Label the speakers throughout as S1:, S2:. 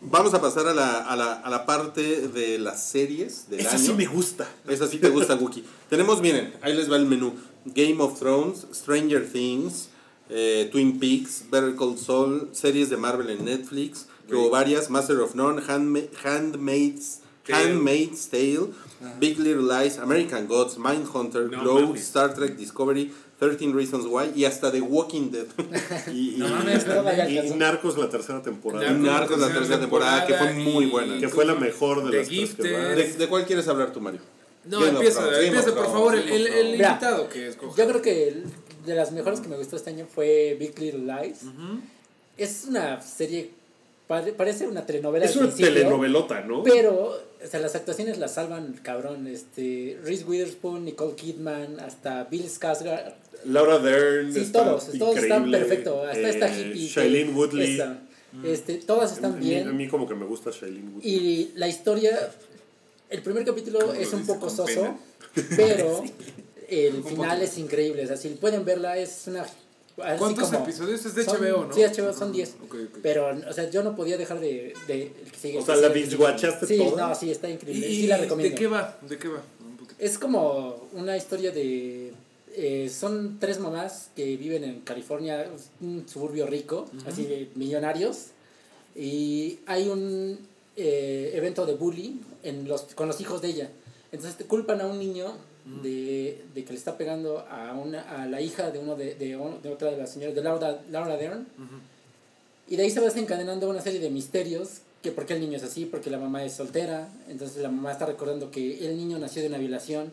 S1: Vamos a pasar a la, a la, a la parte de las series del
S2: Esa
S1: año.
S2: sí me gusta.
S1: Esa sí te gusta, Wookie. Tenemos, miren, ahí les va el menú. Game of Thrones, Stranger Things, eh, Twin Peaks, Better Call Saul, series de Marvel en Netflix, que hubo varias, Master of None, Handma- Handmaid's,
S3: Tale.
S1: Handmaid's Tale, Big Little Lies, American Gods, Mindhunter,
S3: No
S1: Glow,
S3: mames.
S1: Star Trek Discovery, 13 Reasons Why y hasta The Walking Dead.
S4: Y, y-
S3: No mames, no
S4: y
S5: alcanzó.
S4: Narcos la tercera temporada.
S1: Narcos. Narcos, la tercera temporada, que fue muy buena.
S4: Que fue la mejor de
S3: The
S4: las tres que
S3: Gifted.
S4: van.
S1: ¿De, de cuál quieres hablar tú, Mario?
S2: No,
S1: Game of
S2: empieza,
S1: Thrones, Game of
S2: empieza por
S1: Thrones,
S2: favor el,
S1: Game of
S2: el, el
S1: Thrones.
S5: Mira,
S2: invitado que escoja.
S5: Yo creo que el- de las mejores que me gustó este año fue Big Little Lies. Es una serie, pare- parece una telenovela.
S4: Es
S5: al
S4: una
S5: principio,
S4: telenovelota, ¿no?
S5: Pero, o sea, las actuaciones las salvan, cabrón. Este, Reese Witherspoon, Nicole Kidman, hasta Bill Skarsgård.
S4: Laura Dern.
S5: Sí,
S4: está
S5: todos, todos están
S4: increíble.
S5: perfectos. Hasta esta
S4: Eh,
S5: hippie. que-
S4: Shailene Woodley. Mm.
S5: esta. Este, todas
S4: A
S5: están
S4: mí- A
S5: bien.
S4: mí como que me gusta Shailene Woodley.
S5: Y la historia, el primer capítulo
S3: Como
S5: es
S3: lo
S5: un
S3: dice
S5: poco
S3: con
S5: soso,
S3: pena.
S5: pero el
S2: Un
S5: final
S2: poco.
S5: es increíble. O sea, si pueden verla, es una... así
S2: ¿Cuántos
S5: como-
S2: episodios? Es de
S5: son-
S2: HBO, ¿no?
S5: Sí, HBO son 10.
S2: Ok, ok.
S5: Pero, o sea, yo no podía dejar de... de el que sigue,
S4: O
S5: el
S4: sea,
S5: que
S4: ¿la
S5: sigue.
S4: binge-watchaste
S5: Sí,
S4: toda?
S5: no, sí, está increíble.
S2: ¿Y
S5: Sí, la recomiendo.
S2: ¿De qué va? ¿De qué va? Un poquito.
S5: Es como una historia de... eh, son tres mamás que viven en California, un suburbio rico, así de millonarios. Y hay un eh, evento de bullying en los, con los hijos de ella. Entonces te culpan a un niño de, de que le está pegando a, una, a la hija de, uno de, de, un- de otra de las señoras, de Laura, Laura Dern. Y de ahí se va desencadenando una serie de misterios, que por qué el niño es así, porque la mamá es soltera, entonces la mamá está recordando que el niño nació de una violación,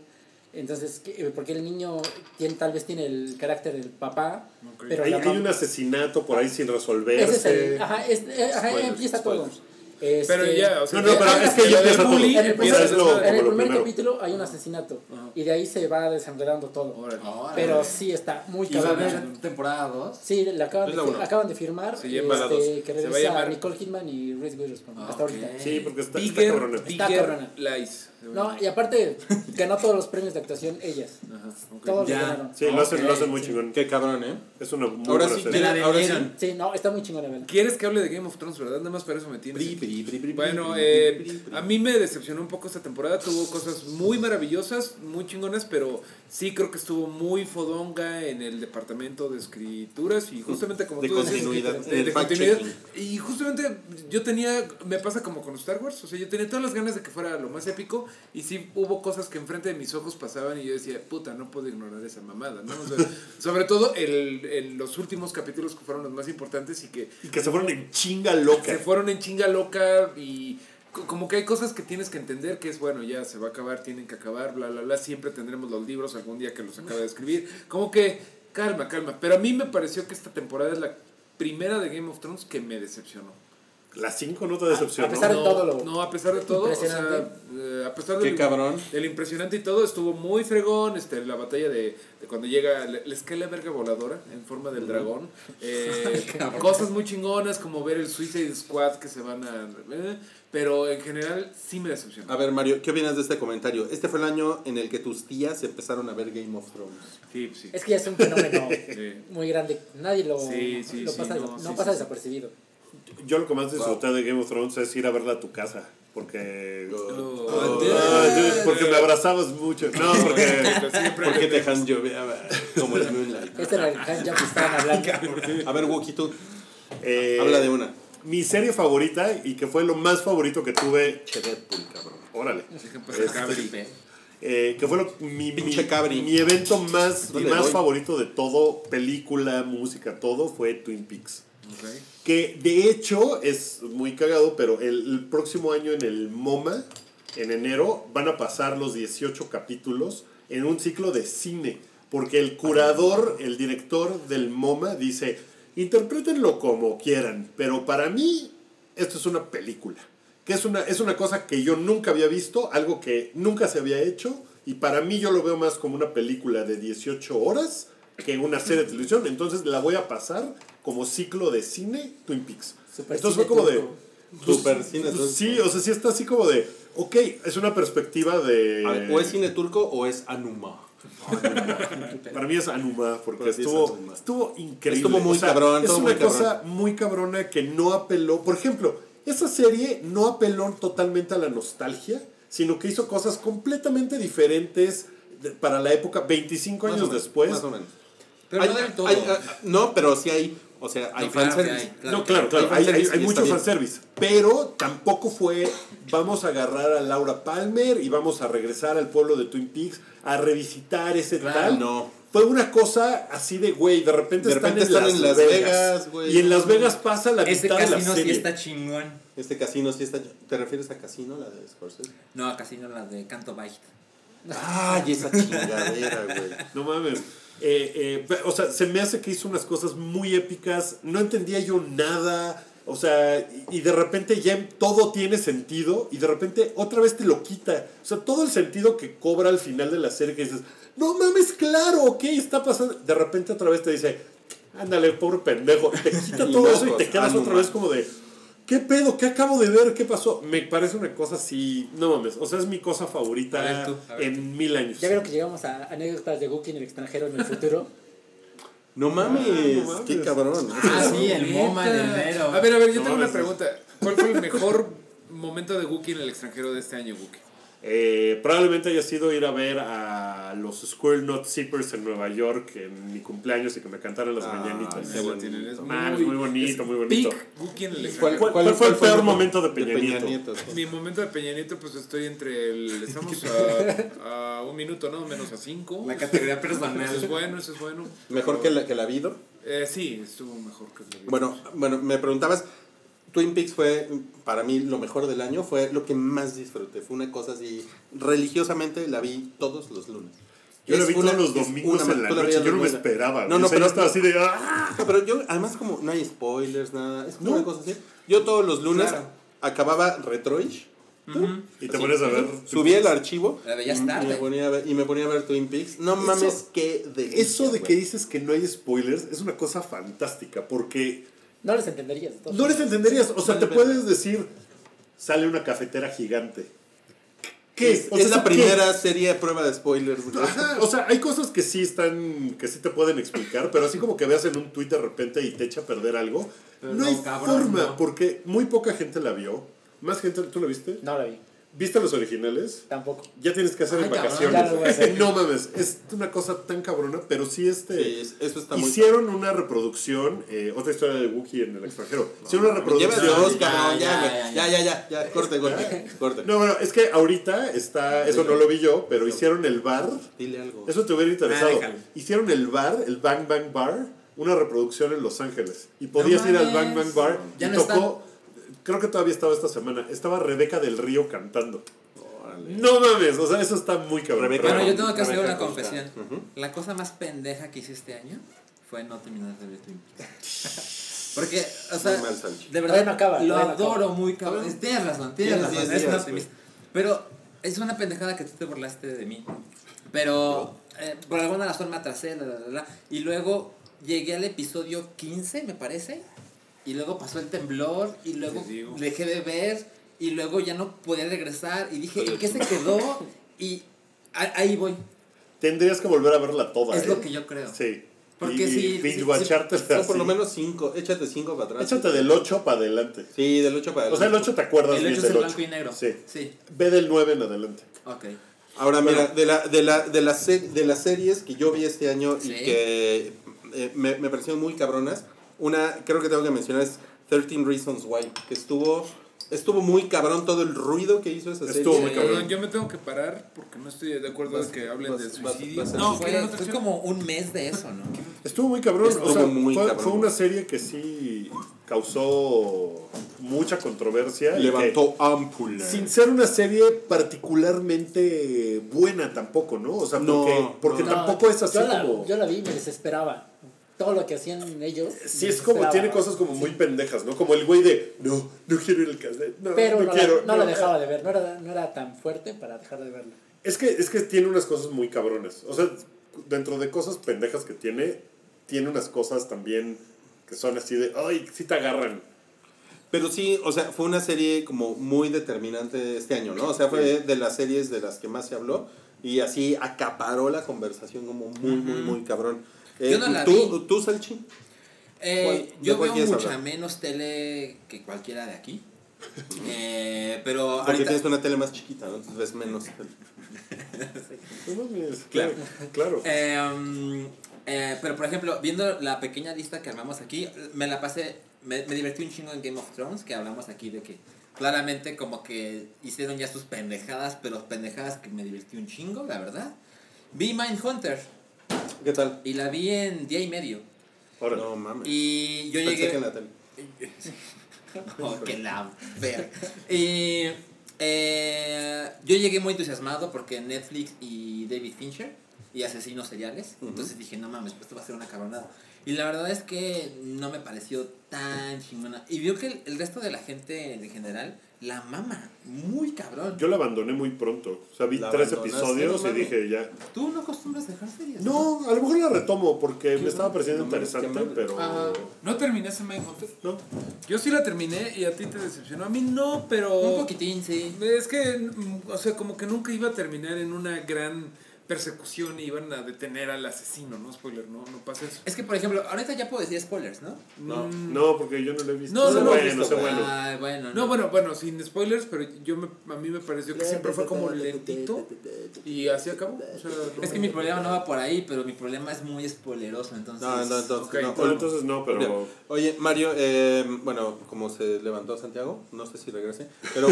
S5: entonces que- eh, porque el niño tiene, tal vez tiene el carácter del papá,
S2: Ok.
S5: pero
S4: Hay,
S5: la
S4: hay
S5: mam-
S4: un asesinato por ahí sin resolverse.
S5: ese es el- ajá, es- eh, ajá,
S4: Spoilers,
S5: empieza
S4: spoilers.
S5: todo. Este,
S2: Pero ya, o sea,
S4: No, no, pero es que
S2: lo
S4: ya
S2: del
S4: empieza todo.
S2: bullying
S5: en el
S2: empieza
S5: primer,
S4: es lo-
S2: desde-
S5: en el
S4: lo
S5: primer
S4: primero.
S5: capítulo hay un asesinato
S2: Ajá.
S5: y de ahí se va desenredando todo.
S2: Órale.
S5: Pero sí está muy
S6: Y va a
S5: cabrón.
S6: haber temporada 2.
S5: Sí, la acaban,
S1: Es
S5: de,
S1: la
S5: fir-
S1: uno.
S5: acaban de firmar
S2: Se llama la dos.
S5: este, que
S2: Se va a
S5: regresa
S2: llamar-
S5: Nicole Kidman y Reese Witherspoon
S6: Ah,
S5: hasta
S6: ok.
S5: ahorita.
S4: Sí, porque está, está cabrona.
S2: Bigger,
S5: Está
S2: bigger
S5: cabrona.
S2: lies.
S5: No, y aparte ganó todos los premios de actuación ellas.
S2: Ajá, ok.
S5: Todos
S6: Ya.
S5: los ganaron.
S4: Sí, lo hacen, lo hacen muy
S5: sí.
S4: chingón.
S1: Qué cabrón, ¿eh?
S4: Es una muy
S1: Ahora
S4: buena
S1: sí,
S4: serie.
S1: mira, ahora sí.
S5: Sí, no, está muy chingona, ¿verdad?
S2: ¿Quieres que hable de Game of Thrones, verdad? Nada más para eso me tienes.
S1: Pri, pri, pri, pri,
S2: Bueno,
S1: pri,
S2: eh,
S1: pri, pri.
S2: a mí me decepcionó un poco esta temporada. Tuvo cosas muy maravillosas, muy chingonas, pero sí creo que estuvo muy fodonga en el departamento de escrituras y justamente como
S1: De
S2: tú decías,
S1: continuidad,
S2: de,
S1: el
S2: de
S1: fact
S2: continuidad.
S1: checking.
S2: Y justamente yo tenía, me pasa como con Star Wars, o sea, yo tenía todas las ganas de que fuera lo más épico y sí hubo cosas que enfrente de mis ojos pasaban y yo decía, puta, no puedo ignorar esa mamada, ¿no? O sea, sobre todo el, en los últimos capítulos que fueron los más importantes y que
S4: Y que se fueron en chinga loca.
S2: se fueron en chinga loca y co- como que hay cosas que tienes que entender que es bueno, ya se va a acabar, tienen que acabar, bla, bla, bla, siempre tendremos los libros algún día que los acabe de escribir. Como que, calma, calma. Pero a mí me pareció que esta temporada es la primera de Game of Thrones que me decepcionó.
S4: Las cinco no te decepcionó.
S5: A pesar de
S2: no,
S5: todo lo-
S2: No, a pesar de todo. o sea,
S5: Impresionante.
S2: eh, a pesar
S1: Qué
S2: del,
S1: cabrón.
S2: del impresionante y todo, estuvo muy fregón. Este, la batalla de, de cuando llega, le- les cae la verga voladora en forma del dragón. Eh, cosas muy chingonas como ver el Suicide Squad que se van a. eh, pero en general sí me decepcionó.
S1: A ver, Mario, ¿qué opinas de este comentario? Este fue el año en el que tus tías empezaron a ver Game of Thrones.
S2: Sí, pues sí.
S5: Es que ya es un fenómeno
S2: Sí.
S5: muy grande. Nadie lo,
S2: Sí, sí,
S5: lo
S2: sí,
S5: pasa,
S2: no,
S5: no,
S2: sí,
S5: pasa
S2: sí, sí.
S5: desapercibido.
S4: Yo lo que más disfruté de Game of Thrones es ir a verla a tu casa. Porque.
S2: Oh,
S4: Ah, dude, porque me abrazabas mucho. No, porque.
S2: siempre-
S1: ¿Por qué te dejan llover como el Moonlight?
S5: Este era el Han ya que estaban hablando.
S1: A ver, Wookie, tú,
S4: eh,
S1: habla de una.
S4: Mi serie favorita y que fue lo más favorito que tuve.
S1: Che Deadpool, cabrón.
S4: Órale.
S2: Dejen pasar
S4: Este,
S2: Cabri.
S4: Eh, que fue lo- mi, mi,
S1: Pinche cabri.
S4: mi evento más,
S1: ¿Dónde
S4: más
S1: voy?
S4: favorito de todo, película, música, todo, fue Twin Peaks.
S2: Ok.
S4: Que de hecho es muy cagado, pero el, el próximo año en el MoMA, en enero, van a pasar los 18 capítulos en un ciclo de cine. Porque el curador, el director del MoMA dice, interprétenlo como quieran, pero para mí esto es una película. Que es una, es una cosa que yo nunca había visto, algo que nunca se había hecho, y para mí yo lo veo más como una película de 18 horas que una serie de televisión. Entonces la voy a pasar como ciclo de cine Twin Peaks.
S5: Super
S4: Entonces
S5: cine
S4: fue como
S5: turco.
S4: de. pues,
S1: Super cine
S4: pues,
S1: turco.
S4: Sí, o sea, sí está así como de. Ok, es una perspectiva de.
S1: A ver, ¿o es cine turco o es Anuma?
S4: Para mí es Anuma, porque
S1: Para ti es
S4: estuvo,
S1: Anuma.
S4: estuvo increíble.
S1: Estuvo muy cabrón,
S4: Es
S1: estuvo
S4: una
S1: muy
S4: cosa muy cabrona que no apeló. Por ejemplo, Esa serie no apeló totalmente a la nostalgia, sino que hizo cosas completamente diferentes de- para la época, 25
S1: Más o
S4: años
S1: menos,
S4: después.
S1: Más o menos.
S3: Pero
S1: Hay-
S3: no del todo.
S1: hay- ah, no, pero sí hay, o sea, hay
S3: No, claro que
S1: fanservice.
S3: hay,
S4: no, claro, claro,
S1: hay
S4: hay, hay,
S1: fanservice
S4: hay
S1: y
S4: mucho
S1: está bien.
S4: fanservice, pero tampoco fue vamos a agarrar a Laura Palmer y vamos a regresar al pueblo de Twin Peaks a revisitar ese
S3: Claro,
S4: tal.
S1: no.
S4: Fue una cosa así de, güey, de repente
S1: De
S4: están,
S1: repente
S4: en, Las Vegas,
S1: güey.
S4: Y en Las Vegas pasa la
S3: Este
S4: mitad de la
S3: casino sí
S4: serie.
S3: está chingón.
S1: Este casino sí está. ¿Te refieres a casino, la de Scorsese?
S3: No, casino la de Canto Bight.
S1: Ay, esa chingadera, güey.
S4: No mames. Eh, eh, pe- o sea, se me hace que hizo unas cosas muy épicas. No entendía yo nada. O sea, y, y de repente ya em- todo tiene sentido. Y de repente otra vez te lo quita. O sea, todo el sentido que cobra al final de la serie que dices, no mames, claro, ok, está pasando. De repente otra vez te dice, ándale, pobre pendejo. Te quita
S1: Y
S4: todo eso y
S1: locos,
S4: te quedas
S1: ah, no
S4: otra vez
S1: mames.
S4: como de, ¿qué pedo? ¿Qué acabo de ver? ¿Qué pasó? Me parece una cosa así, no mames. O sea, es mi cosa favorita
S3: A ver tú, a ver
S4: en mil años.
S5: Ya vieron que llegamos a anécdotas de Wookiee en el extranjero en el futuro.
S1: No mames,
S4: Ah, mames.
S1: qué cabrón.
S3: Ah, sí, el
S2: Neta.
S3: MoMA de enero.
S2: A ver, a ver, yo
S4: No
S2: tengo
S4: mames.
S2: una pregunta. ¿Cuál fue el mejor momento de Wookiee en el extranjero de este año, Wookiee?
S4: Eh, probablemente haya sido ir a ver a los Squirrel Nut Zippers en Nueva York en mi cumpleaños y que me cantaran las
S1: Ah,
S4: mañanitas.
S1: qué
S2: Lo
S1: bonito.
S2: tienen, es
S4: Man, es muy bonito,
S2: es
S4: muy bonito.
S2: peak Wookiee en el
S1: ¿Cuál,
S2: extranjero.
S4: cuál- fue el peor momento de Peña Nieto?
S1: sí.
S2: Mi momento de Peña Nieto, pues estoy entre el. Estamos a, a un minuto, ¿no? Menos a cinco.
S3: La categoría
S2: Eso es
S3: personal.
S2: bueno, eso es bueno.
S1: Mejor que la, que la Vido.
S2: Eh, sí, estuvo mejor que el de Vido.
S1: Bueno, bueno, me preguntabas, Twin Peaks fue para mí lo mejor del año, fue lo que más disfruté. Fue una cosa así, religiosamente la vi todos los lunes.
S4: Yo lo
S1: Es
S4: vi
S1: una-
S4: todos los
S1: es
S4: domingos
S1: una-
S4: en la
S1: tú la
S4: noche.
S1: veías
S4: Yo no me
S1: los lunes.
S4: esperaba.
S1: No, no, pero
S4: estaba así de. "Ah".
S1: No, pero yo, además, como no hay spoilers, nada, es como
S4: No.
S1: una cosa así. Yo todos los lunes
S3: Claro.
S1: acababa Retroish,
S4: Y te pones a ver.
S1: subía el archivo
S3: La veías
S1: y, y me
S3: tarde.
S1: ponía a ver, y me ponía a ver Twin Peaks. No
S4: Eso-
S1: mames, qué delicia,
S4: Eso de
S1: güey.
S4: que dices que no hay spoilers es una cosa fantástica porque
S5: No les entenderías. de todos
S4: no les
S5: modos.
S4: entenderías. O sea, te
S1: Vale, vale.
S4: puedes decir, sale una cafetera gigante. ¿Qué?
S1: Es,
S4: O sea,
S1: es la
S4: ¿qué?
S1: primera serie de prueba de spoilers. güey.
S4: Ajá, o sea, hay cosas que sí están, que sí te pueden explicar, pero así como que veas en un tuit de repente y te echa a perder algo,
S3: Pero
S4: no
S3: no,
S4: hay
S3: cabrón,
S4: forma,
S3: no.
S4: porque muy poca gente la vio. Más gente, ¿tú la viste?
S5: No la vi,
S4: ¿Viste los originales?
S5: tampoco.
S4: Ya tienes que hacer
S3: Ay,
S4: en
S3: cabrón,
S4: vacaciones.
S5: ya lo voy a hacer.
S4: no mames, es una cosa tan cabrona, pero sí este...
S1: Sí, es- eso está muy.
S4: Hicieron una reproducción, eh, otra historia de Wookiee en el extranjero. Hicieron una
S1: Llévate
S4: reproducción.
S1: dos,
S3: Ya,
S1: cabrón. Ya,
S3: ya,
S1: güey. ya,
S3: ya,
S1: ya, ya, ya, corte, corte, corte.
S4: No, bueno, es que ahorita está, eso no lo vi yo, pero hicieron el bar.
S1: Dile algo.
S4: Eso te hubiera
S3: Ah,
S4: interesado.
S3: déjalo.
S4: Hicieron el bar, el Bang Bang Bar, una reproducción en Los Ángeles. Y podías ir al Bang Bang
S3: mames.
S4: Bar
S3: Ya
S4: y
S3: no
S4: tocó. Creo que todavía estaba esta semana. Estaba Rebeca del Río cantando. No mames, o sea, eso está muy cabrón.
S1: Rebeca,
S4: Pero
S3: Bueno, yo
S4: bueno,
S3: tengo que hacer
S1: Rebeca
S3: una
S1: Costa.
S3: confesión. La cosa más pendeja que hice este año fue no terminar de ver Twin Peaks. Porque, o sea,
S1: Muy mal, Sánchez.
S5: Todavía
S3: de verdad,
S5: no acaba,
S3: lo
S5: todavía no
S3: adoro muy cabrón. Es- Tienes razón, tienes,
S1: Tienes
S3: razón.
S1: diez
S3: es
S1: días,
S3: una
S1: güey.
S3: optimista. Pero es una pendejada que tú te burlaste de mí. Pero eh, por alguna razón me atrasé, la, la, la, la. Y luego llegué al episodio 15, me parece. Y luego pasó el temblor. Y luego
S2: Te digo.
S3: dejé de ver. Y luego ya no podía regresar. Y dije,
S1: Oye,
S3: ¿en qué se quedó? Y a- ahí voy.
S4: Tendrías que volver a verla toda.
S3: Es
S4: ¿eh?
S3: lo que yo creo.
S4: Sí.
S3: Porque
S4: y,
S3: sí,
S4: y
S3: sí,
S4: binge
S3: sí,
S4: watcharte
S1: No,
S4: así.
S1: por lo menos cinco. Échate cinco para atrás.
S4: Échate del 8 para adelante.
S1: Sí, del 8 para
S4: O sea, el 8 te acuerdas
S3: El
S4: bien
S3: 8 es
S4: del
S3: el
S4: 8.
S3: blanco y negro.
S4: Sí.
S3: Sí,
S4: Ve del 9 en adelante.
S3: ok.
S1: Ahora mira, de, la, de, la, de, la se- de las series que yo vi este año
S3: Sí.
S1: y que eh, me, me parecieron muy cabronas, una creo que tengo que mencionar es 13 Reasons Why, que estuvo, estuvo muy cabrón todo el ruido que hizo esa serie.
S4: Estuvo muy
S2: Perdón,
S4: cabrón.
S2: yo me tengo que parar porque no estoy de acuerdo
S1: Vas-
S2: en que hablen
S1: vas-
S2: de
S1: vas-
S2: suicidio.
S1: vas a-
S2: no,
S3: fue,
S2: quiero otra
S3: fue
S2: opción.
S3: como un mes de eso, ¿no?
S4: Estuvo muy cabrón.
S1: Estuvo
S4: o sea,
S1: muy
S4: fue,
S1: cabrón.
S4: fue una serie que sí causó mucha controversia. y
S1: Levantó
S4: que,
S1: ámpula.
S4: sin ser una serie particularmente buena tampoco, ¿no? O sea,
S1: No,
S4: porque, porque
S1: no.
S4: tampoco es así
S5: yo la,
S4: como.
S5: Yo la vi y me desesperaba. Todo lo que hacían ellos.
S4: Eh, Sí,
S5: me
S4: es como,
S5: desesperaba.
S4: tiene cosas como muy pendejas, ¿no? Como el güey de, no, no quiero ir al cassette, no,
S5: Pero
S4: no,
S5: no, la-
S4: quiero.
S5: no la dejaba de ver, no era, no era tan fuerte para dejar de verla.
S4: Es que, es que tiene unas cosas muy cabrones. O sea, dentro de cosas pendejas que tiene, tiene unas cosas también que son así de, ay, sí te agarran.
S1: Pero sí, o sea, fue una serie como muy determinante este año, ¿no? O sea, fue de las series de las que más se habló y así acaparó la conversación como muy, muy, muy cabrón. Eh,
S3: Yo no la
S1: ¿Tú,
S3: vi.
S1: tú Salchi?
S3: Eh,
S1: ¿Cuál- de
S3: yo
S1: cuál
S3: veo
S1: quieres
S3: mucha
S1: hablar?
S3: menos tele que cualquiera de aquí. Eh, pero
S1: Porque
S3: ahorita.
S1: tienes una tele más chiquita, ¿no? entonces ves menos. tele.
S4: No mames, claro, este, claro.
S3: Eh, mm, eh, pero por ejemplo, viendo la pequeña lista que armamos aquí, me la pasé, me, me divertí un chingo en Game of Thrones, que hablamos aquí de que claramente como que hicieron ya sus pendejadas, pero pendejadas que me divertí un chingo, la verdad. Vi Mindhunter
S1: ¿Qué tal?
S3: y la vi en día y medio.
S4: Ahora,
S1: No mames.
S3: Y yo
S1: Pensé
S3: llegué...
S1: que en la tele.
S3: Oh, que la verga. Y, eh, yo llegué muy entusiasmado porque Netflix y David Fincher y asesinos seriales. Entonces dije, no mames, pues esto va a ser una cabronada. Y la verdad es que no me pareció tan chingona. Y vio que el, el resto de la gente en general la mama muy cabrón.
S4: yo la abandoné muy pronto. O sea, vi
S1: La
S4: tres
S1: abandonaste,
S4: episodios
S1: no
S4: y
S1: mames.
S4: dije ya.
S3: Tú no acostumbras dejar series.
S4: No, a lo mejor la retomo porque me estaba pareciendo
S1: No mames, qué
S4: interesante,
S1: amable.
S4: pero.
S5: Ajá.
S2: ¿No terminaste Mindhunter?
S4: No.
S2: Yo sí la terminé y a ti te decepcionó. A mí no, pero...
S3: Un poquitín, sí.
S2: Es que, mm, o sea, como que nunca iba a terminar en una gran persecución y iban a detener al asesino, ¿no? Spoiler, no, no pasa eso.
S3: Es que, por ejemplo, ahorita ya puedo decir spoilers, ¿no?
S4: No,
S2: Mm,
S4: no, porque yo no lo he visto.
S2: No,
S4: sé
S2: no lo he
S4: bueno,
S1: visto,
S4: sé bueno.
S3: Ay, bueno.
S2: No, bueno, bueno, sin spoilers, pero yo me, a mí me pareció que siempre fue como lentito y así acabó. O sea,
S3: Es que mi problema no va por ahí, pero mi problema es muy spoileroso, entonces...
S1: No, no, no,
S2: Ok,
S1: no,
S4: Bueno, entonces no, pero.
S1: Bien. Oye, Mario, eh, bueno, como se levantó Santiago, no sé si regrese, pero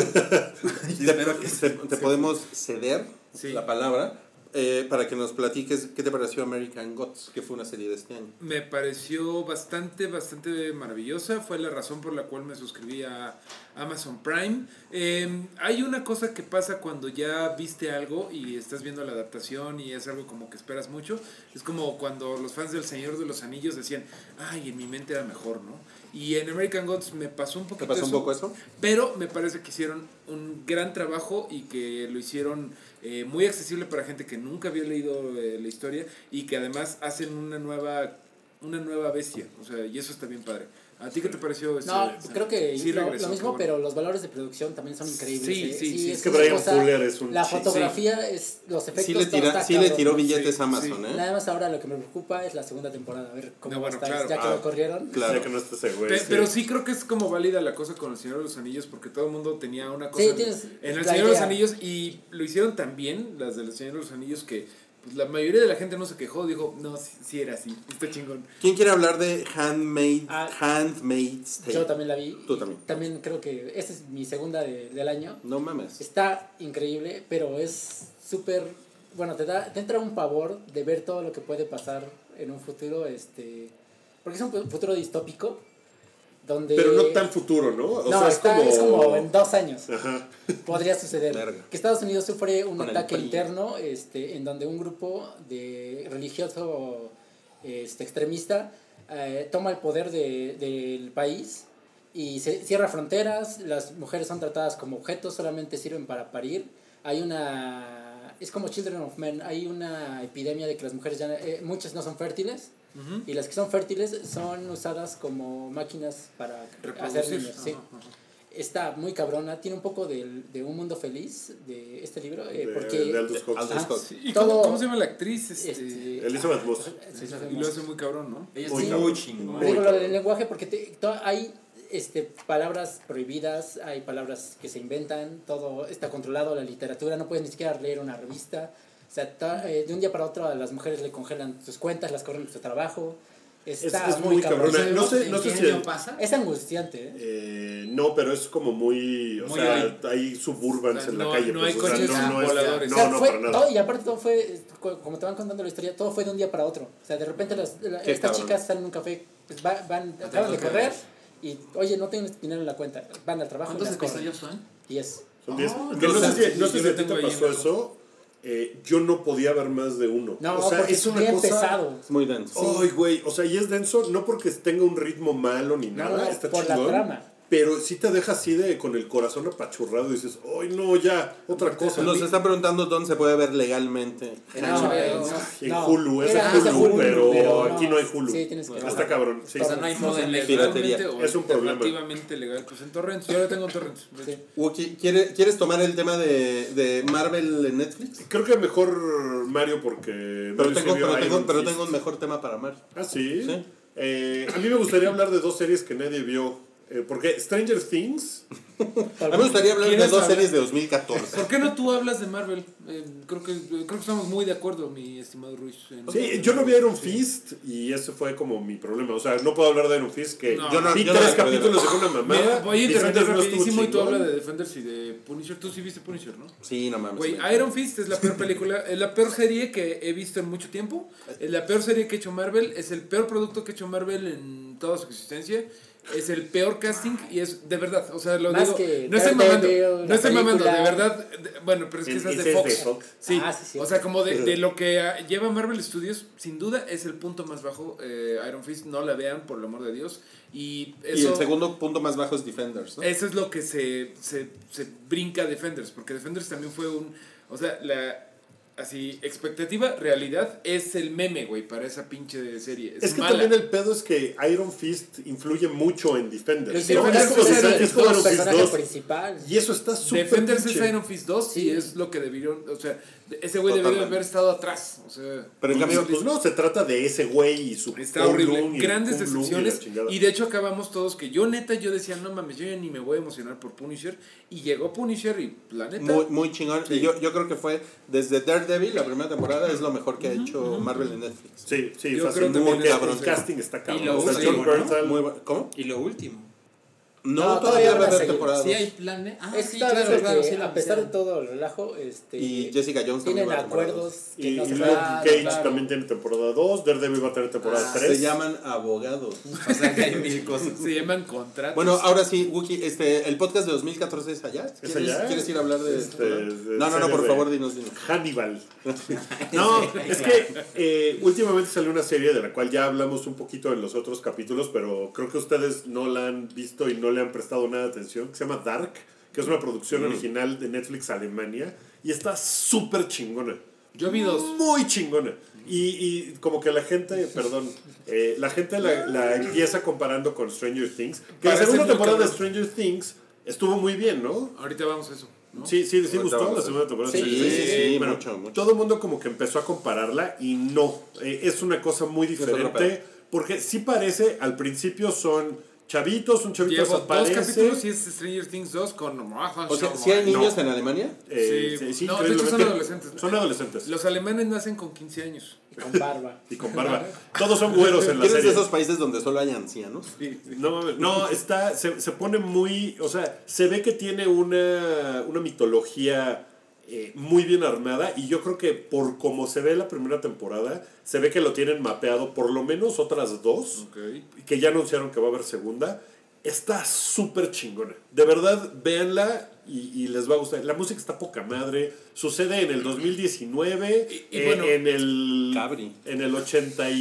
S1: te, te- te podemos ceder
S2: Sí.
S1: la palabra eh, para que nos platiques qué te pareció American Gods, que fue una serie de este año.
S2: Me pareció bastante, bastante maravillosa. Fue la razón por la cual me suscribí a Amazon Prime. Eh, hay una cosa que pasa cuando ya viste algo y estás viendo la adaptación y es algo como que esperas mucho. Es como cuando los fans del Señor de los Anillos decían, ay, en mi mente era mejor, ¿no? Y en American Gods me pasó un poquito
S1: ¿Te pasó un
S2: eso.
S1: poco eso?
S2: Pero me parece que hicieron un gran trabajo y que lo hicieron eh, muy accesible para gente que nunca había leído eh, la historia y que además hacen una nueva una nueva bestia. O sea, y eso está bien padre. ¿A ti qué te pareció? este,
S5: No,
S2: Sam?
S5: creo que
S2: Sí
S5: lo,
S2: regresó,
S5: lo
S2: qué
S5: mismo,
S2: bueno.
S5: pero los valores de producción también son increíbles.
S2: Sí,
S5: ¿eh?
S2: sí, sí.
S4: Es que
S5: una
S4: Brian
S5: cosa-
S4: Fuller es un
S5: La
S4: chis-
S5: fotografía, es, los efectos.
S1: Sí le,
S5: todo
S1: tira-
S5: está
S1: sí le
S5: cabrón.
S1: tiró billetes
S2: Sí,
S1: Amazon, ¿eh?
S5: Nada más ahora lo que me preocupa es la segunda temporada, a ver cómo
S2: No,
S5: va a
S2: bueno,
S5: estar,
S2: claro.
S5: ya que
S1: Ah.
S5: lo corrieron.
S1: Claro.
S4: Ya que no está ese güey.
S2: Pe-
S4: Pues, sí.
S2: Pero sí creo que es como válida la cosa con el Señor de los Anillos porque todo el mundo tenía una cosa
S5: Sí,
S2: en-
S5: tienes
S2: en el
S5: la
S2: Señor de los
S5: idea.
S2: Anillos y lo hicieron tan bien las del Señor de los Anillos que pues, la mayoría de la gente no se quejó, dijo, no, sí, sí era así, está chingón.
S1: ¿Quién quiere hablar de Handmade,
S5: Ah.
S1: Handmaid's Tale?
S5: Yo también la vi.
S1: Tú
S5: y
S1: también.
S5: creo que esta es mi segunda de- del año.
S1: No mames.
S5: Está increíble, pero es súper... Bueno, te, da, te entra un pavor de ver todo lo que puede pasar en un futuro, este... Porque es un fu- futuro distópico, donde...
S4: Pero no tan futuro, ¿no? O
S5: No,
S4: sea,
S5: está- es como en dos años.
S4: Ajá.
S5: podría suceder.
S1: Verga.
S5: Que Estados Unidos sufre un
S1: Con el
S5: ataque
S1: PRI.
S5: interno este, en donde un grupo de religioso este, extremista eh, toma el poder de- del país y se cierra fronteras, las mujeres son tratadas como objetos, solamente sirven para parir. Hay una... Es como Children of Men, hay una epidemia de que las mujeres ya... eh, muchas no son fértiles
S2: Ujú.
S5: y las que son fértiles son usadas como máquinas para hacer
S2: Reproducir.
S5: niños. sí
S2: Ajá, ajá.
S5: está muy cabrona, tiene un poco del- de, Un Mundo Feliz, de este libro, eh,
S4: De-
S5: porque...
S4: de Aldous Huxley.
S1: Aldous
S5: Ah,
S1: Scott.
S2: Sí, ¿Y
S5: Todo-
S2: cómo, cómo se llama la actriz? Este,
S5: este,
S4: Elizabeth Moss.
S5: sí, lo
S2: y lo hace
S5: hacemos.
S2: muy cabrón, ¿no?
S3: Ella
S4: Muy
S3: es muy
S4: cabrón.
S3: chingona.
S5: Digo, lo
S4: cabrón.
S5: del lenguaje, porque te- to- hay este, palabras prohibidas, hay palabras que se inventan, todo está controlado, la literatura, no puedes ni siquiera leer una revista. O sea, ta- eh, de un día para otro a las mujeres le congelan sus cuentas, las corren de su trabajo. Está
S4: Es- es
S5: muy,
S4: muy
S5: cabrón.
S4: cabrona. No sé- no sé si el-
S3: pasa.
S5: Es angustiante, ¿eh?
S4: Eh, no, pero es como muy. O
S3: Muy
S4: sea,
S3: ahí.
S4: hay suburbans en la
S2: No,
S4: calle.
S2: no
S4: pues,
S2: hay
S4: o sea,
S2: coches
S4: no, no es-
S2: voladores.
S4: No,
S5: O sea,
S4: no,
S5: fue
S4: para nada.
S5: todo- y aparte todo fue, eh, co- como te van contando la historia, todo fue de un día para otro. O sea, de repente las, la-
S1: Qué
S5: estas
S1: cabrón.
S5: chicas salen en un café, pues, va- van,
S3: A
S5: acaban de
S3: trabajar.
S5: correr y, oye, no tienen dinero en la cuenta, van al trabajo y
S3: ¿Cuántos
S5: las corren.
S3: episodios son?
S5: Y es,
S4: Son diez.
S3: Oh,
S4: Que no,
S2: no,
S4: sé si, no
S2: sí,
S4: sé
S2: yo
S4: si
S2: lo
S4: a ti te
S2: tengo ahí
S4: pasó
S2: en la-
S4: eso. eh, yo no podía ver más de uno.
S5: no,
S4: o sea,
S5: porque
S4: es una
S5: bien
S4: cosa.
S5: pesado.
S1: Es muy denso.
S4: Ay, güey. O sea, y es denso, no porque tenga un ritmo malo ni
S5: No,
S4: nada.
S5: no,
S4: está
S5: por la
S4: chingón.
S5: trama.
S4: Pero sí te deja así de con el corazón apachurrado y dices, ay, no, ya, otra cosa.
S1: Nos está preguntando dónde se puede ver legalmente.
S3: En
S5: No,
S3: HBO.
S5: eh,
S4: En
S5: no.
S4: Hulu, es en
S5: Era- es en
S4: Hulu, pero
S5: pero
S4: aquí no hay Hulu.
S5: Sí, tienes que
S4: Está cabrón. Sí.
S3: O sea, no hay
S2: O sea,
S3: modelo.
S1: Piratería.
S2: legalmente o
S4: Es un problema.
S2: Relativamente legal. Pues en torrents. Yo ahora tengo en torrents. de
S5: Sí.
S2: hecho.
S1: Wookie, ¿quiere- ¿quieres tomar el tema de, de Marvel en Netflix?
S4: Creo que mejor Mario porque...
S1: Pero
S4: Mario
S1: tengo,
S4: sí vio
S1: pero, tengo,
S4: Iron
S1: pero
S4: Fist.
S1: tengo un mejor tema para Mario.
S4: Ah, sí.
S1: Sí.
S4: Eh, a mí me gustaría hablar de dos series que nadie vio. Eh, porque Stranger Things,
S1: A mí me gustaría hablar de
S2: ¿Quieres
S1: dos
S2: hablar?
S1: series de 2014.
S2: ¿Por qué no tú hablas de Marvel? Eh, creo, que, creo que estamos muy de acuerdo, mi estimado Ruiz. en-
S4: sí, yo no vi Iron Fist y ese fue como mi problema. O sea, no puedo hablar de Iron Fist, que
S2: No.
S1: Yo no-
S4: vi
S1: yo no
S4: tres
S1: la acabé de
S4: capítulos
S1: ver.
S4: de una mamá.
S2: Mira, voy a interrumpir rapidísimo y tú hablas de
S4: de...
S2: Defenders y de Punisher. Tú sí viste Punisher, ¿no?
S1: Sí, no mames.
S2: Güey,
S1: sí.
S2: Iron Fist es la peor película, es la peor serie que he visto en mucho tiempo, es la peor serie que ha hecho Marvel, es el peor producto que ha hecho Marvel en toda su existencia, es el peor casting y es de verdad, o sea, lo
S5: Más
S2: digo,
S5: que
S2: no estoy mamando,
S5: Daredevil,
S2: no
S5: la
S2: estoy mamando, de
S5: película.
S2: verdad, de- bueno, pero es que
S4: Es-
S2: esa es
S4: esa
S2: de
S4: es
S2: Fox.
S4: de Fox.
S2: Sí,
S5: Ah, sí, sí.
S2: o sea, como de, de lo que ah, lleva Marvel Studios, sin duda es el punto más bajo, eh, Iron Fist, no la vean, por el amor de Dios, y eso... Eh,
S1: Y el segundo punto más bajo es Defenders, ¿no?
S2: Eso es lo que se, se, se brinca Defenders, porque Defenders también fue un... O sea, la... Así, expectativa, realidad, es el meme, güey, para esa pinche serie. Es,
S4: Es que
S2: mala.
S4: también el pedo es que Iron Fist influye mucho en Defenders.
S5: Los
S4: ¿no?
S2: Defenders
S4: Es como si-
S2: es el-
S4: es como Iron Fist
S5: personaje
S4: 2.
S5: principal.
S4: Y eso está súper
S2: Defenders
S4: pinche.
S2: es Iron Fist 2 y
S5: Sí.
S2: es lo que debieron... O sea, de- ese güey debió de
S1: Totalmente.
S2: haber estado atrás. O sea...
S1: Pero en
S4: Pues,
S1: cambio,
S4: pues no, se trata de ese güey y su
S2: Está
S4: Kung
S2: horrible.
S4: Lung y el
S2: Grandes
S4: Kung Lung y la
S2: decepciones.
S4: chingada.
S2: Y, de hecho acabamos todos que yo neta, yo decía, no mames, yo ya ni me voy a emocionar por Punisher. Y llegó Punisher y la neta...
S1: muy, muy chingón.
S2: Sí.
S1: Y yo, yo creo que fue desde Daredevil, la primera temporada, es lo mejor que ha hecho Marvel en Netflix.
S4: Sí, sí,
S2: Yo
S4: fácil. Porque
S2: creo que también este
S1: es
S4: el
S1: cabrón.
S4: casting está cabrón.
S3: Y lo
S4: O sea,
S3: usan,
S4: John
S3: ¿no?
S4: Bernthal-
S1: Muy bu- ¿Cómo?
S3: Y lo último.
S1: No,
S5: No,
S1: todavía
S5: todavía
S1: va a
S5: van a
S1: haber
S5: seguir.
S1: temporada.
S3: Sí
S1: dos.
S3: hay plan de. Ah,
S5: Es
S3: sí,
S5: claro,
S3: claro, claro.
S5: que
S3: Sí, la
S5: a pesar de
S3: anunciaron.
S5: todo el relajo, este,
S1: Y Jessica Jones
S5: tienen
S1: también va a temporada
S5: acuerdos que
S4: Y,
S5: no
S4: y
S5: se
S4: Luke
S5: van,
S4: Cage
S5: claro.
S4: también tiene temporada 2. Daredevil va a tener temporada
S3: Ah,
S1: dos. Se
S4: 3.
S1: llaman abogados.
S3: O sea, que hay mil cosas.
S2: Se llaman contratos.
S1: Bueno, ahora sí, Wookie, este, el podcast de 2014 es allá. ¿Quieres,
S4: allá?
S1: ¿quieres ir a hablar de.?
S4: Este, de
S1: no, no, no, por
S4: series
S1: favor,
S4: de-
S1: dinos, dinos.
S4: Hannibal. No, es que eh, últimamente salió una serie de la cual ya hablamos un poquito en los otros capítulos, pero creo que ustedes no la han visto y no le han prestado nada de atención, que se llama Dark, que es una
S2: Mm.
S4: producción original de Netflix Alemania y está súper chingona.
S2: Yo vi dos.
S4: Muy chingona. Y, y como que la gente, perdón, eh, la gente la, la empieza comparando con Stranger Things. Que la
S2: Parece
S4: segunda
S2: muy
S4: temporada de
S2: cabrón.
S4: Stranger Things estuvo muy bien, ¿no?
S2: Ahorita vamos a eso. ¿no?
S4: Sí, sí, sí
S1: Ahorita
S4: gustó
S1: vamos a
S4: la
S1: ver.
S4: segunda temporada.
S5: Sí,
S1: sí, sí,
S4: Bueno,
S1: mucho, mucho.
S4: Todo el mundo como que empezó a compararla y no. Eh, es una cosa muy
S1: otro pedo.
S4: diferente. Porque sí parece, al principio son chavitos, un chavito
S2: Llevo dos
S4: desaparece.
S2: capítulos y es Stranger Things 2 con
S1: O sea, si hay
S4: No.
S1: niños en Alemania,
S4: eh,
S2: Sí,
S4: sí, sí,
S2: no, de hecho son
S4: increíblemente-
S2: adolescentes.
S4: Son adolescentes.
S2: Los alemanes nacen con 15 años.
S5: Y con barba.
S4: Y con barba. Todos son güeros en la
S1: ¿quieres
S4: serie.
S1: de esos países donde solo hay ancianos?
S4: No, mames, no, está, se, se pone muy, o sea, se ve que tiene una, una mitología eh, muy bien armada y yo creo que por como se ve la primera temporada, se ve que lo tienen mapeado por lo menos otras dos, que ya anunciaron que va a haber segunda. Está súper chingona. De verdad, véanla y, y les va a gustar. La música está poca madre. Sucede en el 2019,
S2: Y- y
S4: eh,
S2: bueno,
S4: en, el,
S1: Cabri.
S4: en el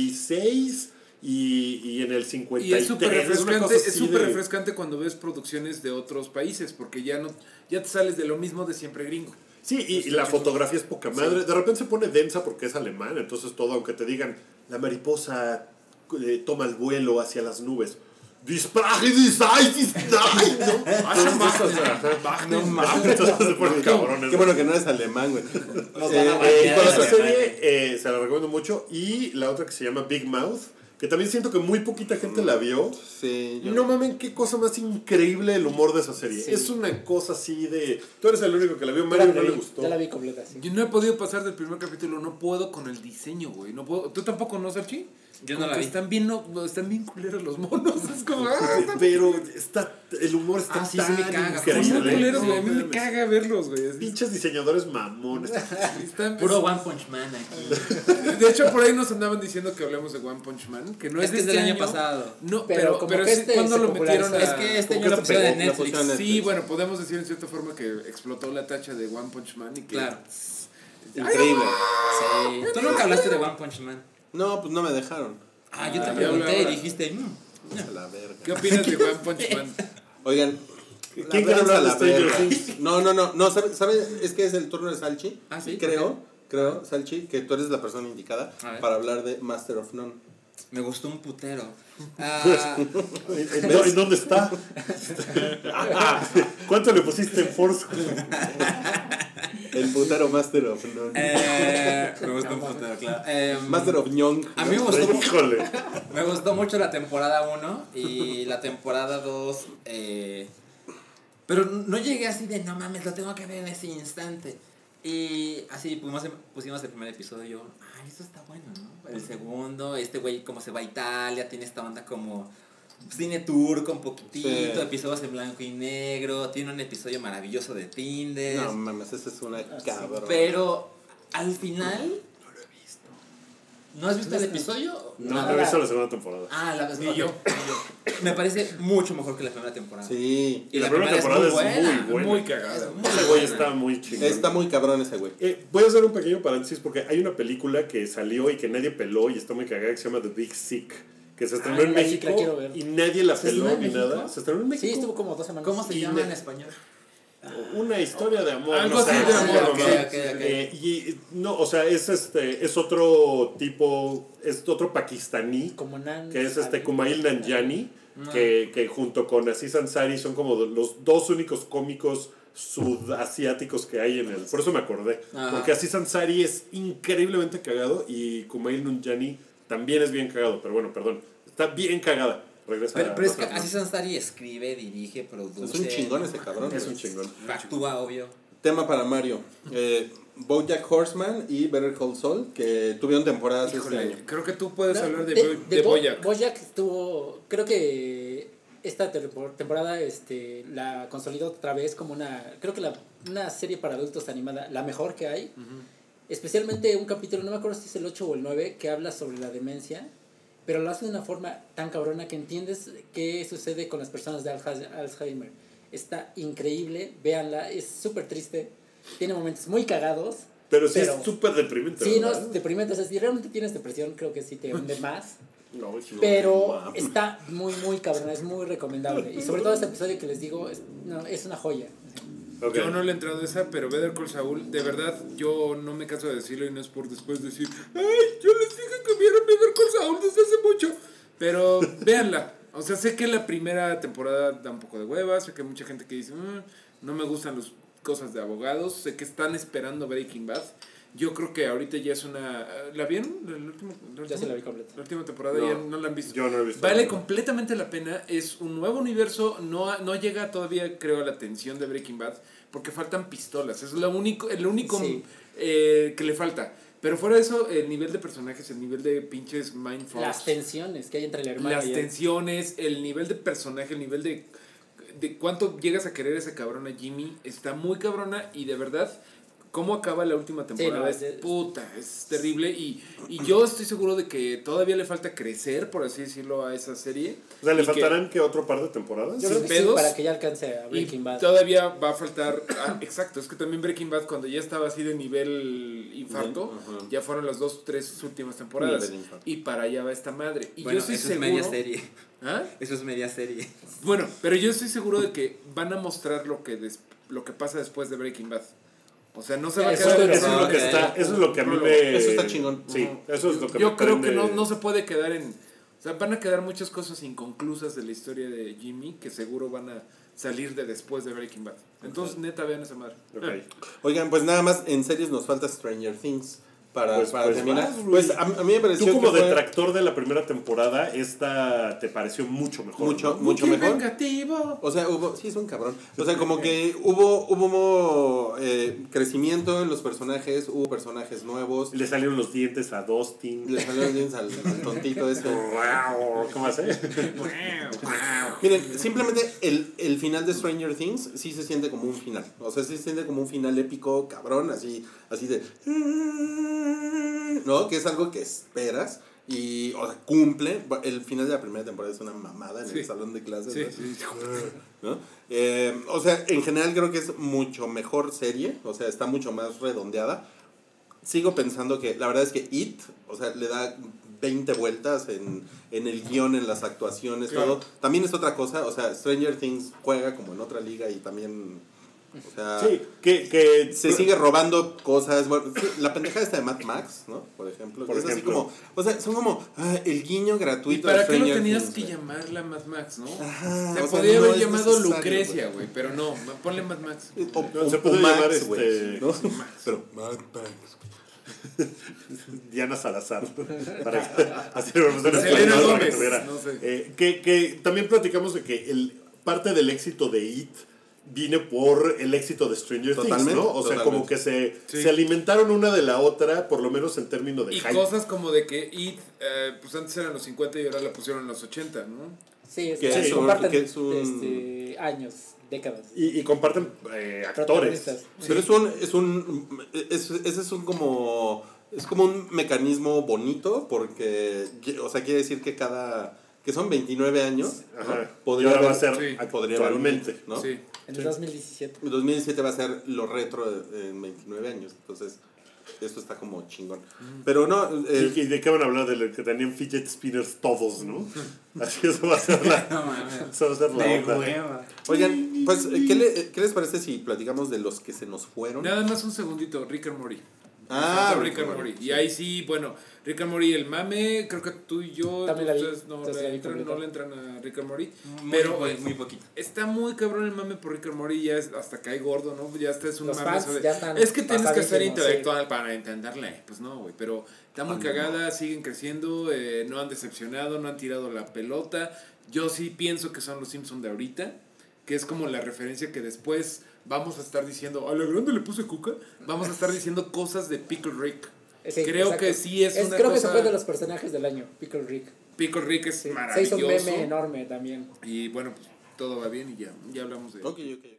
S4: 86 y, y en el 50.
S2: Y es súper
S4: 53, es una cosa
S2: refrescante, es
S4: así
S2: súper
S4: de-
S2: refrescante cuando ves producciones de otros países, porque ya no ya te sales de lo mismo de siempre gringo.
S4: Sí, y, y la fotografía es poca madre. De repente se pone densa porque es alemán, entonces todo, aunque te digan, la mariposa eh, toma el vuelo hacia las nubes. Disprache, disay, disay", ¿no? Entonces, o sea, ajá.
S1: No
S4: Entonces se ponen cabrones.
S1: Qué bueno que no eres alemán, güey.
S3: Nos
S1: Eh,
S3: van a
S4: Eh,
S3: bañar.
S4: con esa
S1: Alemania.
S4: serie eh, se la recomiendo mucho. Y la otra que se llama Big Mouth, que también siento que muy poquita gente la vio.
S1: Sí, yo-
S4: No mamen, qué cosa más increíble el humor de esa serie. Es una cosa así de. Tú eres el único que la vio, Mario no le gustó.
S5: Ya la vi completa, sí.
S2: Yo no he podido pasar del primer capítulo, no puedo con el diseño, güey. No puedo. ¿Tú tampoco no, Sarchi?
S3: Yo no
S2: Como
S3: la
S2: que
S3: vi.
S2: Están bien, no, están bien culeros los monos. Es como, ah,
S4: Pe- Pero está, el humor está
S3: Ah, sí,
S4: tan
S3: se me caga.
S2: están
S4: increíble.
S2: bien culeros,
S4: No,
S2: güey. A mí me
S4: espérame.
S2: caga verlos, güey. así.
S4: Pinches diseñadores mamones.
S2: Están-
S3: Puro One Punch Man aquí.
S2: De hecho, por ahí nos andaban diciendo que hablamos de One Punch Man, que no es,
S3: Es que
S2: de
S3: es
S2: este
S3: del año pasado.
S2: No,
S5: Pero
S2: pero,
S5: como
S2: pero
S5: que
S2: sí,
S5: este
S2: ¿cuándo
S5: se
S2: lo metieron a...
S5: popularizó.
S3: Es que este
S1: ¿Por
S3: año
S1: qué
S3: lo
S1: te
S3: pusieron
S1: pegó?
S3: en
S1: La
S3: Netflix.
S1: pusieron en-
S2: Sí, bueno, podemos decir en cierta forma que explotó la tacha de One Punch Man y que...
S3: Claro.
S1: Increíble.
S3: Sí. Tú nunca hablaste de One Punch Man.
S1: No, pues no me dejaron.
S3: Ah, yo te
S2: Ah,
S3: pregunté y
S2: ahora.
S3: dijiste. mm.
S1: A la verga.
S2: ¿Qué opinas de One Punch Man?
S1: Oigan,
S4: ¿Quién
S1: ¿quién
S4: quiere
S1: quiere
S4: hablar
S1: hablar
S4: de
S1: la
S4: Stranger
S1: verga? No, no, no, no, ¿sabes? Es que es el turno de Salchi.
S3: Ah, sí,
S1: Y Creo,
S3: ok.
S1: creo, Salchi, que tú eres la persona indicada
S3: A ver.
S1: para hablar de Master of None.
S3: Me gustó un putero. Ah,
S4: ¿En, en dó- en dónde está?
S5: Pues,
S4: ¿Cuánto le pusiste en Force?
S1: El putero Master of None.
S3: Eh, me gustó un putero, claro. Em,
S1: Master of Young.
S4: Ah,
S3: a mí me gustó, mu-
S4: Híjole.
S3: me gustó mucho la temporada 1 y la temporada 2. pero no llegué así de, no mames, lo tengo que ver en ese instante. Y así pusimos, pusimos el primer episodio y yo, ay, eso está bueno, ¿no? El segundo, este güey como se va a Italia, tiene esta onda como cine turco un poquitito,
S1: Sí.
S3: episodios en blanco y negro, tiene un episodio maravilloso de Tinder.
S1: No mames, esa es una
S4: Ah,
S1: cabrón.
S3: Pero al final. No lo he visto. ¿No has visto el episodio?
S4: No,
S5: Nada.
S4: no he visto la segunda temporada.
S3: Ah, la vez
S2: Ni yo.
S3: Me parece mucho mejor que la primera temporada.
S1: Sí.
S3: Y la, primera, temporada es muy buena.
S4: Bueno.
S2: Muy
S3: Es
S2: cagada.
S3: muy
S4: Ese güey
S3: buena.
S4: está muy chingón.
S1: Está muy cabrón ese güey.
S4: Eh, voy a hacer un pequeño paréntesis porque hay una película que salió y que nadie peló y está muy cagada que se llama The Big Sick. Que se estrenó
S5: Ah,
S4: en
S5: la-
S4: México
S5: la quiero ver.
S4: y nadie la
S5: ¿Se estrenó
S4: peló
S5: en
S4: ni
S5: México?
S4: nada. Se estrenó en
S5: Sí, estuvo
S4: México.
S5: como dos semanas.
S3: ¿Cómo se
S4: Y
S3: llama
S4: me-
S3: en español?
S4: Una historia de amor.
S2: Algo
S4: no
S2: así
S4: sé,
S2: de
S4: sí,
S2: amor,
S4: sí,
S2: ok,
S4: sí.
S3: ok, ok.
S4: Eh, y eh, no, o sea, es este, es otro tipo, es otro pakistaní
S5: Como Nan.
S4: que es este
S5: Al-
S4: Kumail Nanjiani, que, que junto con Aziz Ansari son como do- los dos únicos cómicos sudasiáticos que hay en el. Por eso me acordé.
S3: Ajá.
S4: Porque Aziz Ansari es increíblemente cagado y Kumail Nanjiani también es bien cagado, pero bueno, perdón. Está bien cagada. Regresa
S3: Pero,
S4: a-
S3: pero es que
S4: a-
S3: así Sansari escribe, dirige, produce.
S1: Es un chingón ese cabrón.
S4: Es un chingón.
S3: Actúa, obvio.
S1: Tema para Mario. Eh, Bojack Horseman y Better Call Saul, que tuvieron temporadas
S2: Híjole,
S1: este año.
S2: creo que tú puedes
S5: No,
S2: hablar de,
S5: de,
S2: Boy- de
S5: Bo-
S2: Boyac.
S5: Bojack estuvo. Creo que esta tempor- temporada este, la consolidó otra vez como una. Creo que la, una serie para adultos animada, la mejor que hay. Especialmente un capítulo, no me acuerdo si es el 8 o el 9, que habla sobre la demencia. Pero lo hace de una forma tan cabrona que entiendes qué sucede con las personas de Alja- Alzheimer. Está increíble, véanla, es súper triste. Tiene momentos muy cagados.
S4: Pero sí
S5: Pero-
S4: es súper deprimente.
S5: Sí, no,
S4: ¿verdad?
S5: es deprimente. O sea, si realmente tienes depresión, creo que sí te hunde más.
S4: No, hijo,
S5: Pero
S4: guau.
S5: está muy, muy cabrona, es muy recomendable. Y sobre todo este episodio que les digo, es, no, es una joya.
S4: Ok.
S2: Yo no le he entrado a esa, pero Better Call Saul, de verdad, yo no me canso de decirlo y no es por después decir, ¡ay! Yo les dije que vieron Better Call Saul desde hace mucho. Pero véanla. O sea, sé que la primera temporada da un poco de hueva, sé que hay mucha gente que dice, "Mm, no me gustan las cosas de abogados, sé que están esperando Breaking Bad. Yo creo que ahorita ya es una... ¿La vieron? ¿La, la última,
S5: Ya se la vi
S2: última-
S5: completa.
S2: la última temporada
S4: No,
S2: ya no la han visto.
S4: yo no la he visto.
S2: Vale completamente la pena. Es un nuevo universo. No, no llega todavía, creo, a la tensión de Breaking Bad. Porque faltan pistolas. Es lo único, el único
S5: Sí.
S2: eh, que le falta. Pero fuera de eso, el nivel de personajes, el nivel de pinches
S5: Las
S2: mindfucks,
S5: tensiones que hay entre el hermano
S2: las
S5: y él.
S2: tensiones, el nivel de personaje, el nivel de, de cuánto llegas a querer a esa cabrona Jimmy, está muy cabrona y de verdad, cómo acaba la última temporada
S5: no,
S2: es,
S5: es-
S2: puta, es terrible y, y yo estoy seguro de que todavía le falta crecer, por así decirlo, a esa serie.
S4: O sea, ¿le
S2: Y que-
S4: faltarán que otro par de temporadas?
S5: Yo creo que sí,
S2: pedos.
S5: para que ya alcance a
S2: y
S5: Breaking Bad.
S2: todavía va a faltar. ah, exacto, es que también Breaking Bad, cuando ya estaba así de nivel infarto,
S1: Nivel, ajá.
S2: ya fueron las dos, tres últimas temporadas.
S1: Nivel infarto.
S2: Y para allá va esta madre. Y yo
S3: bueno,
S2: estoy
S3: eso
S2: seguro.
S3: es media serie.
S2: ¿Ah?
S3: Eso es media serie.
S2: Bueno, pero yo estoy seguro de que van a mostrar lo que, des- lo que pasa después de Breaking Bad. O sea, no se va a
S5: Eso
S4: Eso,
S2: quedar en
S4: es
S2: el-
S4: lo que está, eso es lo que a mí me...
S1: Eso está chingón.
S4: Sí, eso es lo que
S2: Yo
S4: me
S2: creo que
S4: prende.
S2: no, no se puede quedar en. O sea, van a quedar muchas cosas inconclusas de la historia de Jimmy que seguro van a salir de después de Breaking Bad. Entonces, neta, vean esa madre.
S4: Ok.
S1: Oigan, pues nada más en series nos falta Stranger Things para,
S4: Pues-
S1: para
S4: pues
S1: terminar.
S4: vas,
S1: pues
S4: Rui.
S1: a, a mí me pareció
S4: Tú como
S1: que fue
S4: detractor de la primera temporada, esta te pareció mucho mejor.
S1: mucho,
S4: ¿no?
S1: mucho
S2: ¡Qué
S1: mejor.
S2: vengativo!
S1: O sea, hubo, sí, es un cabrón. O sea, como que hubo, hubo eh, crecimiento en los personajes, hubo personajes nuevos.
S4: Le salieron los dientes a Dustin.
S1: Le salieron dientes al, al tontito este.
S4: Guau, ¿Cómo hace?
S1: Miren, simplemente el, el final de Stranger Things sí se siente como un final. O sea, sí se siente como un final épico, cabrón, así, así de. ¿No? Que es algo que esperas. Y, o sea, cumple. El final de la primera temporada es una mamada en
S2: Sí.
S1: el salón de clases.
S2: Sí,
S1: ¿no?
S2: sí.
S1: ¿no? Eh, o sea, en general creo que es mucho mejor serie, o sea, está mucho más redondeada. Sigo pensando que la verdad es que It, o sea, le da 20 vueltas en, en el guión, en las actuaciones,
S2: Claro.
S1: todo. También es otra cosa, o sea, Stranger Things juega como en otra liga y también O sea,
S4: Sí, que, que
S1: se sigue robando cosas. Bueno, sí, la pendeja esta de Mad Max, ¿no? Por ejemplo.
S4: Por
S1: es así
S4: ejemplo.
S1: como. O sea, son como ah, el guiño
S2: ¿Y
S1: gratuito.
S2: para
S1: de
S2: qué lo
S1: Stranger
S2: tenías
S1: Things,
S2: que
S1: güey.
S2: llamarla Mad Max, no?
S1: Ajá, o
S2: Se
S1: sea,
S2: podría
S1: no
S2: haber
S1: es
S2: llamado
S1: necesario,
S2: Lucrecia, güey, pero no, ma- ponle Mad Max.
S1: O,
S4: No, se
S1: o-
S4: puede
S1: o Max,
S4: llamar, este,
S1: güey, ¿no? Pero
S4: Diana Salazar para hacer una persona
S2: Selena
S4: española para
S2: Gómez,
S4: que tuviera.
S2: no sé.
S4: Eh, que, que también platicamos de que el, parte del éxito de It viene por el éxito de Stranger
S1: Totalmente,
S4: Things, ¿no? O sea,
S1: totalmente.
S4: como que se,
S2: Sí.
S4: se alimentaron una de la otra, por lo menos en términos de
S2: Y
S4: hype.
S2: cosas como de que It, eh, pues antes eran los 50 y ahora la pusieron en los 80, ¿no?
S5: Sí, es,
S1: Que
S4: es
S5: se
S4: un-
S5: comparten
S1: que es un-
S5: este, años, décadas.
S4: Y, y comparten eh, actores.
S5: Protagonistas.
S1: Pero es un, es un, es, ese es un como, es como un mecanismo bonito porque, o sea, quiere decir que cada, que son 29 años,
S4: Ajá.
S1: ¿no?
S4: y ahora va a
S1: haber-
S4: ser
S2: sí,
S1: podría haber-
S4: actualmente.
S1: ¿no?
S2: Sí.
S5: En el 2017.
S1: El 2007 va a ser lo retro de- en 29 años, entonces esto está como chingón. Pero no, eh,
S4: ¿Y, y de qué van a hablar? De lo que tenían fidget spinners todos, ¿no? Así eso va a ser la,
S3: No mames.
S4: eso va a ser la
S3: De
S4: onda.
S3: hueva.
S1: oigan, pues, eh, ¿qué, le- eh, ¿qué les parece si platicamos de los que se nos fueron?
S2: Nada más un segundito, Rick and Morty.
S1: Ah,
S2: Rick, and Morty. Y ahí sí, bueno, Rick and Morty, el mame, creo que tú y yo,
S5: También la vi,
S2: ustedes no,
S5: entonces la
S2: le
S5: vi
S2: entran,
S5: completa.
S2: no le entran a Rick and Morty.
S3: Muy,
S2: Pero-
S3: po- muy poquito.
S2: Está muy cabrón el mame por Rick and Morty, ya es- hasta cae gordo, ¿no? Ya hasta es un
S5: Los
S2: mame.
S5: fans
S2: eso de-
S5: ya están
S2: es que tienes que ser
S5: pasadísimos,
S2: intelectual para entenderle. Pues no, güey, pero está muy
S1: Ah, no.
S2: cagada, siguen creciendo, eh, no han decepcionado, no han tirado la pelota. Yo sí pienso que son los Simpsons de ahorita, que es como la referencia que después vamos a estar diciendo, a la grande le puse cuca, vamos a estar diciendo cosas de Pickle Rick.
S5: Sí,
S2: creo
S5: exacto.
S2: que sí es, una
S5: creo que se
S2: cosa...
S5: fue de los personajes del año, Pickle Rick.
S2: Pickle Rick es
S5: Sí, Se hizo
S2: maravilloso.
S5: un meme enorme también.
S2: Y bueno, pues todo va bien y ya, ya hablamos de
S1: Ok, ok, ok.